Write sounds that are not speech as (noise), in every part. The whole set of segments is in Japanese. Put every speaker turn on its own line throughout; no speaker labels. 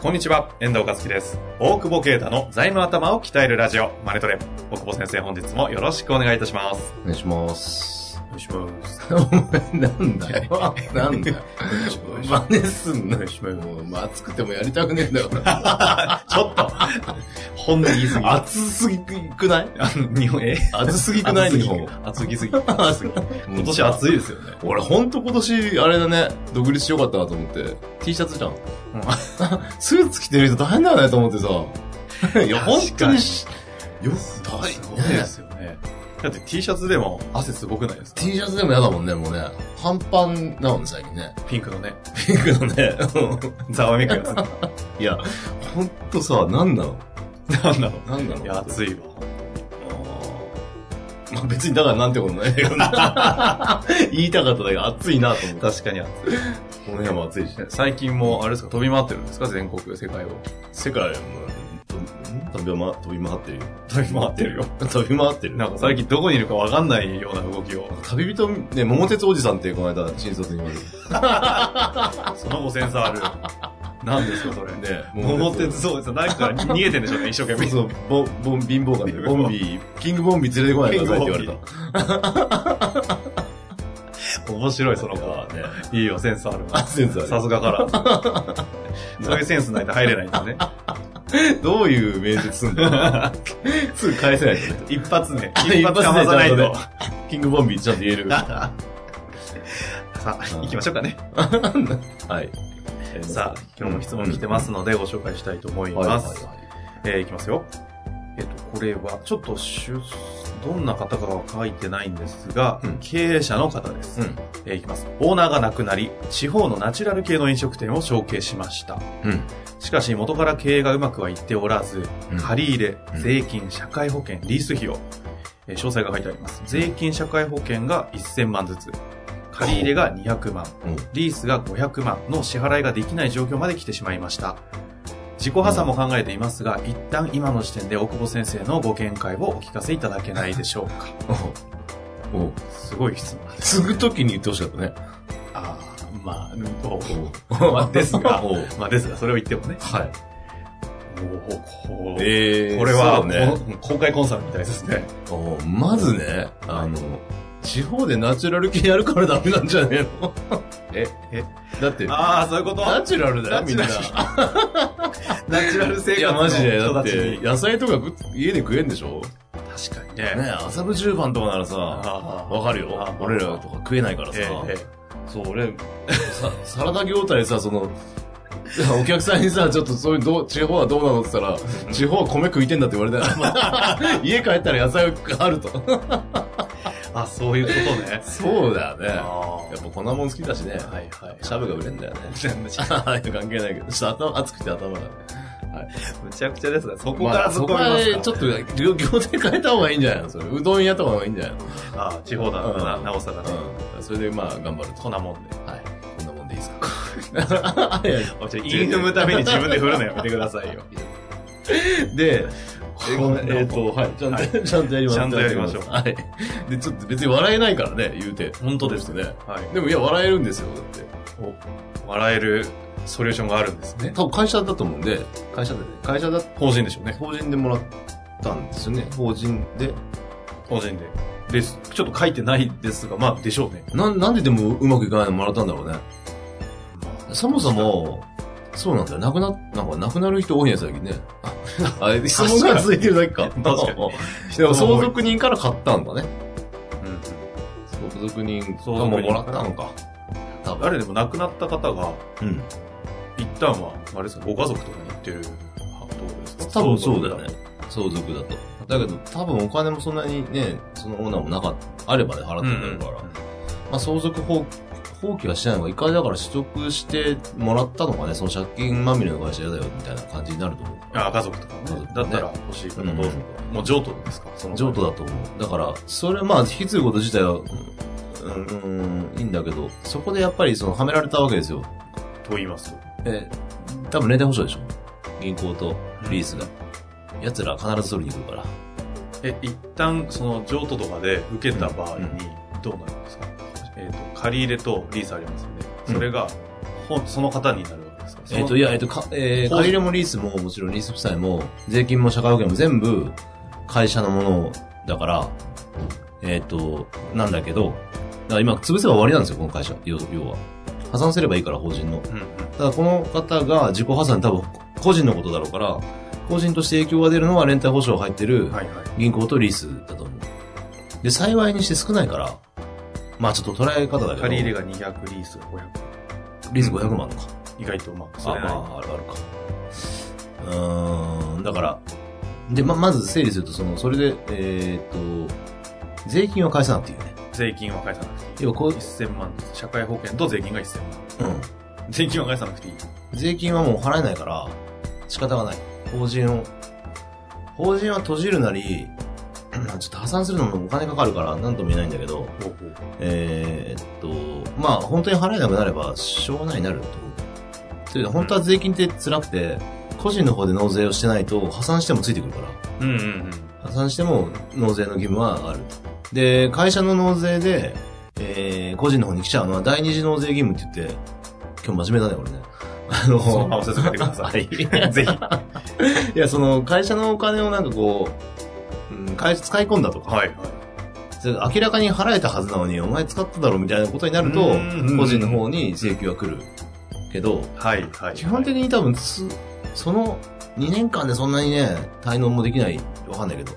こんにちは、遠藤和樹です。大久保啓太の財務頭を鍛えるラジオ、マネトレ。大久保先生、本日もよろしくお願いいたします。
お願いします。
お願いします。
(laughs) お前、なんだよ。なんだよ。真似すんな。
願いしま
もう、まあ暑くてもやりたくねえんだよ、俺
ちょっと、 (laughs) 本音言い過ぎ。
暑すぎくない
あ日本、え
暑すぎくない日 (laughs) 本。
暑ぎすぎ。暑すぎ。今年暑いですよね。
俺ほんと今年、あれだね、独立しよかったなと思って、T シャツじゃん。 (laughs) スーツ着てる人大変だよねと思ってさ。いや、ほん
確
と
かに
にし、よく大
す
変
ごいですよね。だって T シャツでも汗すごくないですか
T シャツでも嫌だもんね、もうね。半パンなのね、最近ね。
ピンクのね、
ピンクのね。
ざわめくやつ。な
うんいや、ほんとさ、なんなの
んだろ
なんな
う。
の
いや、暑いわ。
まあ別にだからなんてことないよな。 (laughs) 言いたかっただけ暑いなと思って。
確かに暑い。
この辺も暑いしね。
最近も、あれですか、飛び回ってるんですか全国、世界を。
世界もとん飛びま、飛び回ってるよ。
飛び回ってるよ。
飛び回ってる。
なんか最近どこにいるかわかんないような動きを。
旅人、ね、桃鉄おじさんってこの間、新卒に言われ
その後センサーある。何ですか、それ。
て。ね、
桃鉄そうです。なんか逃げてんでしょうね、一生懸命。
そう、ボン、ボン、貧乏感で、ボンビー、キングボンビー連れてこないでくださいって言われた。
面白い、その子は。
ね、
いいよ、センスある
あ
わ。
センスあ
さすがから。そういうセンスないと入れないんですね。
る。どういう面接すん (laughs) だすぐ返せないとね。
一発ね。
あ
一発かまさないと。
一発でちキングボンビーちゃんと言え (laughs) る。は
さあ、行きましょうかね。
い。
さあ、今日も質問来てますので、ご紹介したいと思い
はいはい
ま
は
す。
い。
えー、いきますよ。えっ、と、これは、ちょっとしゅ、どんな方かは書いてないんですが、
うん
経営者の方です。
うん
えーいきます。オーナーが亡くなり、地方のナチュラル系の飲食店を承継しました。
うん
しかし、元から経営がうまくはいっておらず、
うん
借り入れ
う、ん
税金、社会保険、リース費用、えー詳細が書いてあります。税金、社会保険が1000万ずつ、借り入れが200万、
うん
リースが500万の支払いができない状況まで来てしまいました。自己破産も考えていますが、一旦今の時点で大久保先生のご見解をお聞かせいただけないでしょうか。
おうおう
すごい質問です。
継ぐときに言ってほしかったね。
ああ、まあ、うんお
おう
まあですが
おう
まあですが、それを言ってもね。
はい。
おこう
え
これは、
そうね。
この公開コンサルみたいですね。
おうまずね、あの、地方でナチュラル系やるからダメなんじゃねえの
え、え、
だって、ナ
ああ、そういうこと
チュラルだよ、
ナ
み
チュ
んな
ラ。ル (laughs) ナチュラル生
いや、
活の
マジで。だ
人
った
ち
て、
に。
野菜とか食っ家で食えんでしょ
確かに
ね
ね。
麻布十番とかならさ、わ
ああ
かるよ
ああ。
俺らとか食えないからさ
え。えええ
そう、俺、さサラダ業態さ、その、 (laughs) お客さんにさ、ちょっとそういうどう、地方はどうなのって言ったら、地方は米食いてんだって言われた (laughs) よ。家帰ったら野菜があると。
あ、そういうことね。
(laughs) そうだよね。や
あ
っぱ粉もん好きだしね。
あはいはい。
シャブが売れんだよね。
むちゃ
ああ、 (laughs) 関係ないけど、ちょっと頭、熱くて頭がね。
むちゃくちゃですが、そこか
ま
ら
あ、
そ
そ
こ
こ
ま
は
で
ちょっと、業業態変えた方がいいんじゃないのそれ。うどん屋とかの方がいいんじゃないの
ああ、地方だな、
うん
なおさらね。
うん。それで、まあ、頑張ると。
こんなもんで。
はい。こんなもんでいいですか (laughs) いやいや
おいちょインフムために自分で振るのやめてくださいよ。
(laughs) で、
え
え
こんなもん
っと、はい、ちゃん
は
と、 (laughs) ちゃんとやりまし
ち
ょう。
ゃんとやりましょう
はい。で、ちょっと別に笑えないからね、言うて。
本当です
ね。
はい。
でも、いや、笑えるんですよ、だって。
お笑えるソリューションがあるんですね。
多分会社だと思うんで、会社でね、会社だ、
法人でしょうね。
法人でもらったんですよね。法人で。
法人で。です。ちょっと書いてないですが、まあ、でしょうね。
なん、なんででもうまくいかないのもらったんだろうね。そもそも、そうなんだよ。亡くな、なんか亡くなる人多いね、最近
(laughs)
ね。あ、あ質問が続いてるだけか。
確かに。
でも相続人から買ったんだね。
うん
相続人
相
が
続
も
人
もらったのか。多分。
誰でも亡くなった方が、
うん。
一旦は、あれですか、ご家族とかに行ってるはどうですか
多分そうだよね。。相続だと。だけど、多分お金もそんなにね、そのオーナーもなかった、あればで払ってくれるから、まあ相続放放棄はしないのが、一回だから取得してもらったのがね、その借金まみれの会社やだよみたいな感じになると思う。
あ家族とかね
家族とか
だ
ね
ったら欲しいからどうぞ、もう譲渡ですかその
譲渡だと思う。だから、それまあ、引き継ぐこと自体は、うん、うん、いいんだけど、そこでやっぱりその、はめられたわけですよ。
と言いますと
え、多分連帯保証でしょ銀行とリースが。奴らは必ず取りに来るから。
え一旦その譲渡とかで受けた場合に
うん
どうなるんですか、えっと借り入れとリースありますよね
うん
それが、ほん、その方になるわけですかその
えっ、と、いや、えっ、と、か、
法
えー、
人
借り入れもリースも、もちろんリース負債も、税金も社会保険も全部、会社のものだから、えっ、と、なんだけど、だから今、潰せば終わりなんですよ、この会社。要要は。破産すればいいから、法人の。
うんうん
ただこの方が自己破産多分個人のことだろうから、個人として影響が出るのは連帯保証入ってる
はいはい
銀行とリースだと思う。で、幸いにして少ないから、まあちょっと捉え方だけど、
借り入れ
リ
が200リースが500
ース500万のか。
意外とまあ
あ、
そ
ま
れなりに
あ、あるあるか。うーん、だから、で、ま、まず整理すると、その、それで、えーっと、税金を返さなくていいよね。
税金は返さなくていい
要はこう
1000万です社会保険と税金が1000万
うん。
税金は返さなくていい
税金はもう払えないから、仕方がない。法人を。法人は閉じるなり、 (clears throat) まあちょっと破産するのもお金かかるから、なんとも言えないんだけど、えーっと、まあ本当に払えなくなれば、しょうがないになると思う。というか、本当は税金って辛くて、個人の方で納税をしてないと、破産してもついてくるから。
うんうんうん
破産しても納税の義務はある。で、会社の納税で、えー、個人の方に来ちゃうのは第二次納税義務って言って、今日真面目だね、俺ね。あの、
そのまま進めてください
はい。
ぜひ
いや、その、会社のお金をなんかこう、うん、会社使い込んだとか、
はい
それ明らかに払えたはずなのに、お前使っただろみたいなことになる
う
と
ーん、
個人の方に請求が来るけど、
はいはい
基本的に多分つ、その2年間でそんなにね、滞納もできない、わかんないけど、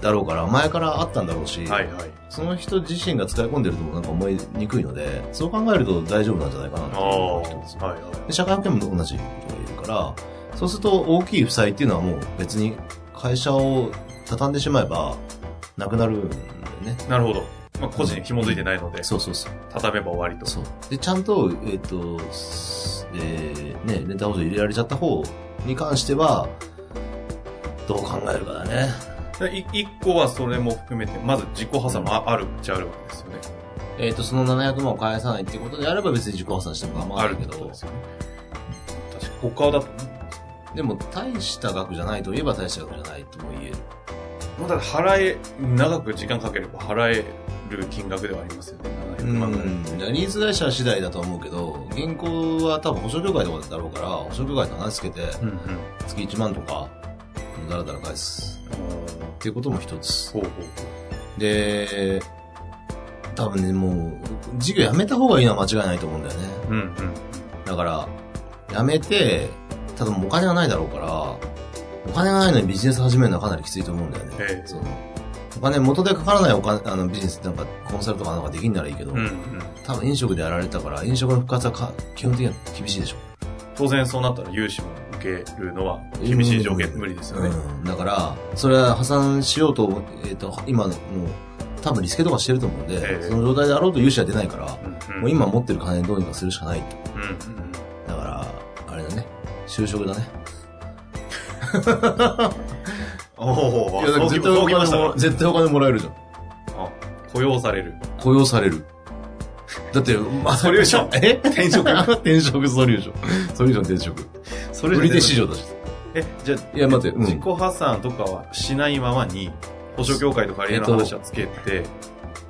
だろうから、前からあったんだろうし、
はいはい
その人自身が使い込んでるともなんか思いにくいので、そう考えると大丈夫なんじゃないかな
あ
と
あ
思う
はい
一つ
は
で社会保険も同じことが言えるから、そうすると大きい負債っていうのはもう別に会社を畳んでしまえばなくなるんだよね。
いなるほどまあ個人に紐づいてないので
そうそうそう。
畳めば終わりと
そうで、ちゃんと、えっ、と、すえー、ね、レンタ保証入れられちゃった方に関しては、どう考えるかだね。
でい一個はそれも含めてまず自己破産もああるっちゃあるわけですよね
えっ、と、その700万を返さないっていうことであれば別に自己破産しても構わ
あ
な
る
い
って
け
こと
ど
で、すよね確か他だとね
でも大した額じゃないといえば大した額じゃないとも言える。
もうだから払え長く時間かければ払える金額ではありますよね700万ぐらい
ジャニーズ会社次第だと思うけど、銀行は多分保証業界とかだろうから、保証業界と話つけて、
うんうん
月1万とか、だらだら返す。っていうことも一つ。
ほうほう
で、多分ね、もう、事業やめた方がいいのは間違いないと思うんだよね。
ほううんうん
だから、やめて、ただもうお金がないだろうから、お金がないのにビジネス始めるのはかなりきついと思うんだよね。
ええ
そのお金、元でかからないお金、あの、ビジネスなんか、コンサルとかなんかできんならいいけど、
うんうん
多分飲食でやられたから、飲食の復活はか基本的には厳しいでしょ。
当然そうなったら融資も受けるのは厳しい条件無理ですよね、
うん。だから、それは破産しようと思、えっ、と、今の、もう多分リスケとかしてると思うんで、
ええ
その状態であろうと融資は出ないから、
うん
もう今持ってる金どうにかするしかないと。
うんうん
だから、あれだね。就職だね。
おお
だから
そうきそうきました
も
から
絶対お金もらえるじゃん。
あ雇用される
雇用される。
(laughs)
だって、まあ、
ソリューション
(laughs) え
転職
転職ソリューション。ソリューション転職。
そ
売り手市場だし。
えじゃあ
いや、待って、うん
自己破産とかはしないままに保証協会とかリエの話はつけて、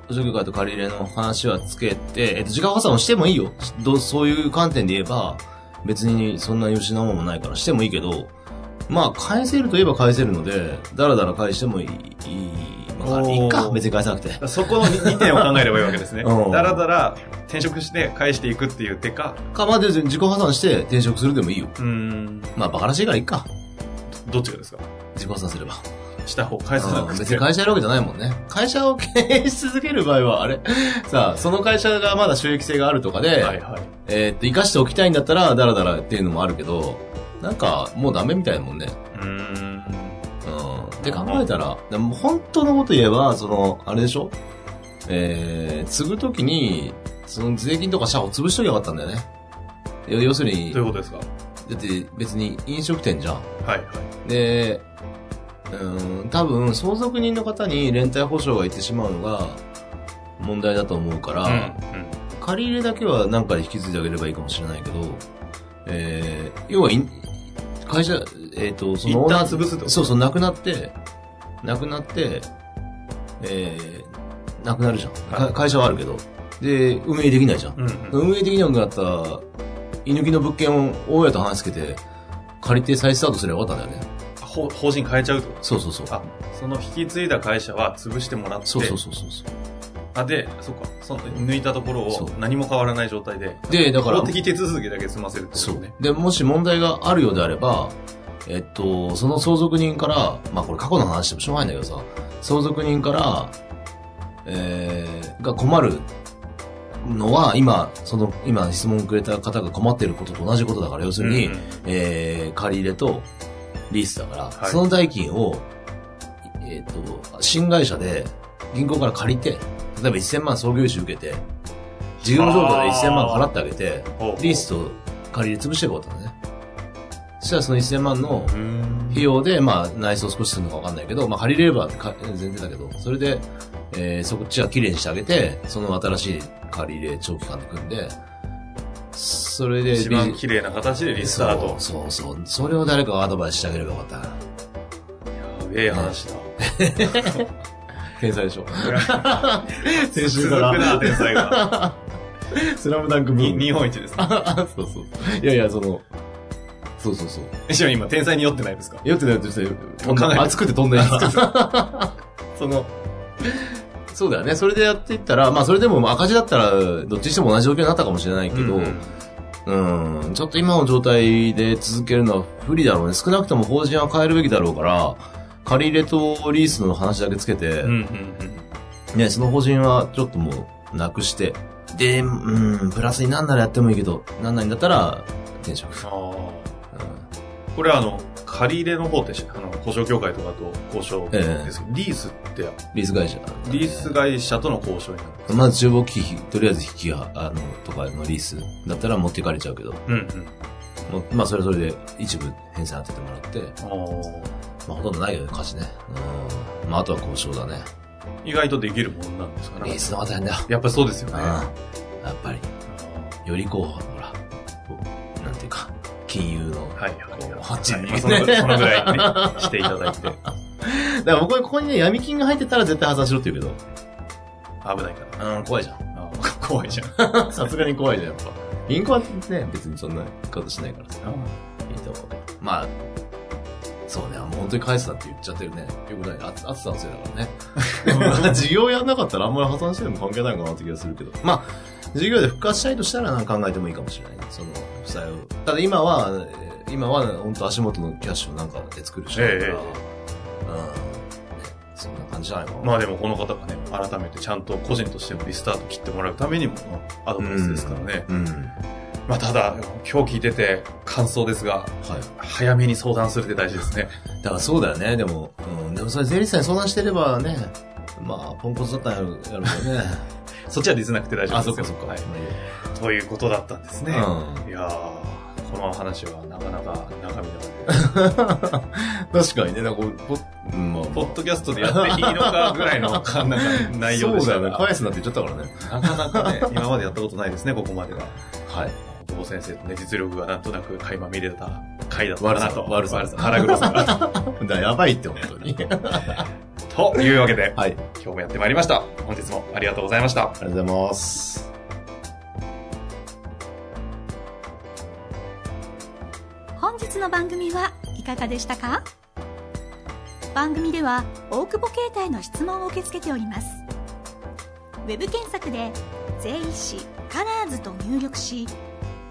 補助業界と借り入れの話はつけて、えっと、時間破産をしてもいいよ。どうそういう観点で言えば、別にそんなに失うものもないからしてもいいけど、まあ、返せるといえば返せるので、だらだら返してもいい。いいま
お
あ、
ー
いいか、別に返さなくて。
そこの2点を考えればいいわけですね
うん
だらだら転職して返していくっていう手か
か、まあ、で自己破産して転職するでもいいよ。
うーん
まあ、バカらしいからいいか。
どっちがですか
自己破産すれば。
した方返さな
うん
く
別
て
に会社やるわけじゃないもんね。会社を経営し続ける場合は、あれさあ、その会社がまだ収益性があるとかで、
はいはい
えーっと、生かしておきたいんだったら、ダラダラっていうのもあるけど、なんか、もうダメみたいだもんね。
うーん
うん。って考えたら、でも本当のこと言えば、その、あれでしょえー、継ぐときに、その税金とか社を潰しときゃよかったんだよね。要要するに、
どういう
だ
ことですか
って別に飲食店じゃん。
はいはい。
で、うん、多分相続人の方に連帯保証がいってしまうのが問題だと思うから、
うんうん
借り入れだけは何かで引き継いであげればいいかもしれないけど、えー、要はイン会社、えっ、と、その
一旦
オーナー
潰すってこと
そうそう、なくなって、なくなって、えー、なくなるじゃん。
はい
か会社はあるけど。で、運営できないじゃん。
うんうん
運営できなくなった、居抜きの物件を大家と話しつけて、借りて再スタートすればよかったんだよね。
ほ法人変えちゃうってこと
そうそうそう。
あその引き継いだ会社は潰してもらって、
そうそうそうそうそう。
あで、そっか、その抜いたところ
そ
を
う
何も変わらない状態で、
で、だから
法、的手続きだけ済ませるってこ
そ
と
う
ね。。
で、もし問題があるようであれば、えっと、その相続人から、まあこれ過去の話でもしょうがないんだけどさ、相続人から、えー、が困るのは、今、その、今質問くれた方が困ってることと同じことだから、要するに、
うんうん
えー、借り入れとリースだから、
はい
その代金を、えっ、と、新会社で銀行から借りて、例えば1000万創業主受けて、事業譲渡で1000万払ってあげて、
ほうほう
リースと借り入れ潰していこうとね。そしたらその1000万の
うーん
費用で、まあ内装少しするのかわかんないけど、まあ借りれればか前提だけど、それで、えー、そこっちは綺麗にしてあげて、その新しい借り入れ長期間で組んで、それで、
一番綺麗な形でリスタート。
そうそうそう。それを誰かがアドバイスしてあげればよかったな。
やべえ話だ。
天才
(laughs)
でしょ。先週
続
か
くな、
ら。
天才
(laughs)
が。
スラムダンクブ
に
ーム。
日本一ですね。
そうそう。いやいや、その、そうそうそう。
しかも今、天才に酔ってないですか
酔ってたやつで
もう考えて
熱くて飛んでる。その、そうだよね。それでやっていったら、まあそれでも赤字だったら、どっちにしても同じ状況になったかもしれないけど、
うん
うん、ちょっと今の状態で続けるのは不利だろうね。少なくとも法人は変えるべきだろうから、借り入れとリースの話だけつけて、
うんうんうん
ね、その法人はちょっともうなくして、で、うん、プラスになんならやってもいいけど、なんないんだったら、転職。
あーこれはあの、借り入れの方ってし、あの、保証協会とかと交渉ですけど、リースって、
リース会社。
リース会社との交渉になる。
まず厨房機器、とりあえず引きは、あの、とかのリースだったら持ってかれちゃうけど、
うんうん。
もうまあそれはそれで一部返済当ててもらって、
あー
まあほとんどないよね、価値ね。うん。まああとは交渉だね。
意外とできるもんなんですか
リー
ね。
スの方が大変だ。
やっぱりそうですよ
うん。
ね。
やっぱり、よりこう、ほら、こうなんていうか、金融の、
はいはいはい。
こっちに
まあそのそのぐらいね、していた (laughs) だいて、危
だから僕はここにね、闇金が入ってたら絶対破産しろって言うけ
ないか
ど。うん、怖いじゃ
ら。あー怖いじゃん。
ん。さすがに怖いじゃん、やっぱ。銀行はね、別にそんな言い方しないからさ。いいと思うけど。まあ、そうね、もう本当に返すなって言っちゃってるね。よくない。あ暑さのせいだから (laughs) ね。事業やんなかったらあんまり破産しても関係ないかなって気がするけど。まあ、事業で復活したいとしたらなんか考えてもいいかもしれない、ね。その、負債を。ただ今は、えー今は本当足元のキャッシュをなんかで作るし、
ええ
うん。ねそんな感じじゃないかな。
まあでもこの方がね、改めてちゃんと個人としてのリスタート切ってもらうためにも、アドバイスですからね。
うん。は
まあただ、今日聞いてて感想ですが、
い。
早めに相談するって大事ですね。
だからそうだよね、でも。うん、でもそれ税理士さんに相談してればね、まあ、ポンコツだったらやるや (laughs) るけどね。
そっちはディスなくて大丈夫ですよ。
はい
はい。ということだったんですね。
うん。
いやー、この話はなかなか中 (laughs) 身が。
確かにね、なんかこう、ポッ、うんまあ、
ポッドキャストでやっていいのかぐらいのなんか内容でし
そう
た
だよね、
か
返すなって言っちゃったからね。
ら、なかなかね、今までやったことないですね、ここまでは。
はい。
久保先生とね、実力がなんとなく垣間見れた回だったなと。
悪さ悪さ
腹黒さが。
だ (laughs) からやばいって、本当に。はい。
(laughs) というわけで、
ありが
今日もやってまいりました。本日もありがとうございました。
とうございます。
本日の番組はいかがでしたか番組では大久保携帯の質問を受け付けておりますウェブ検索で「税理士カラーズと入力し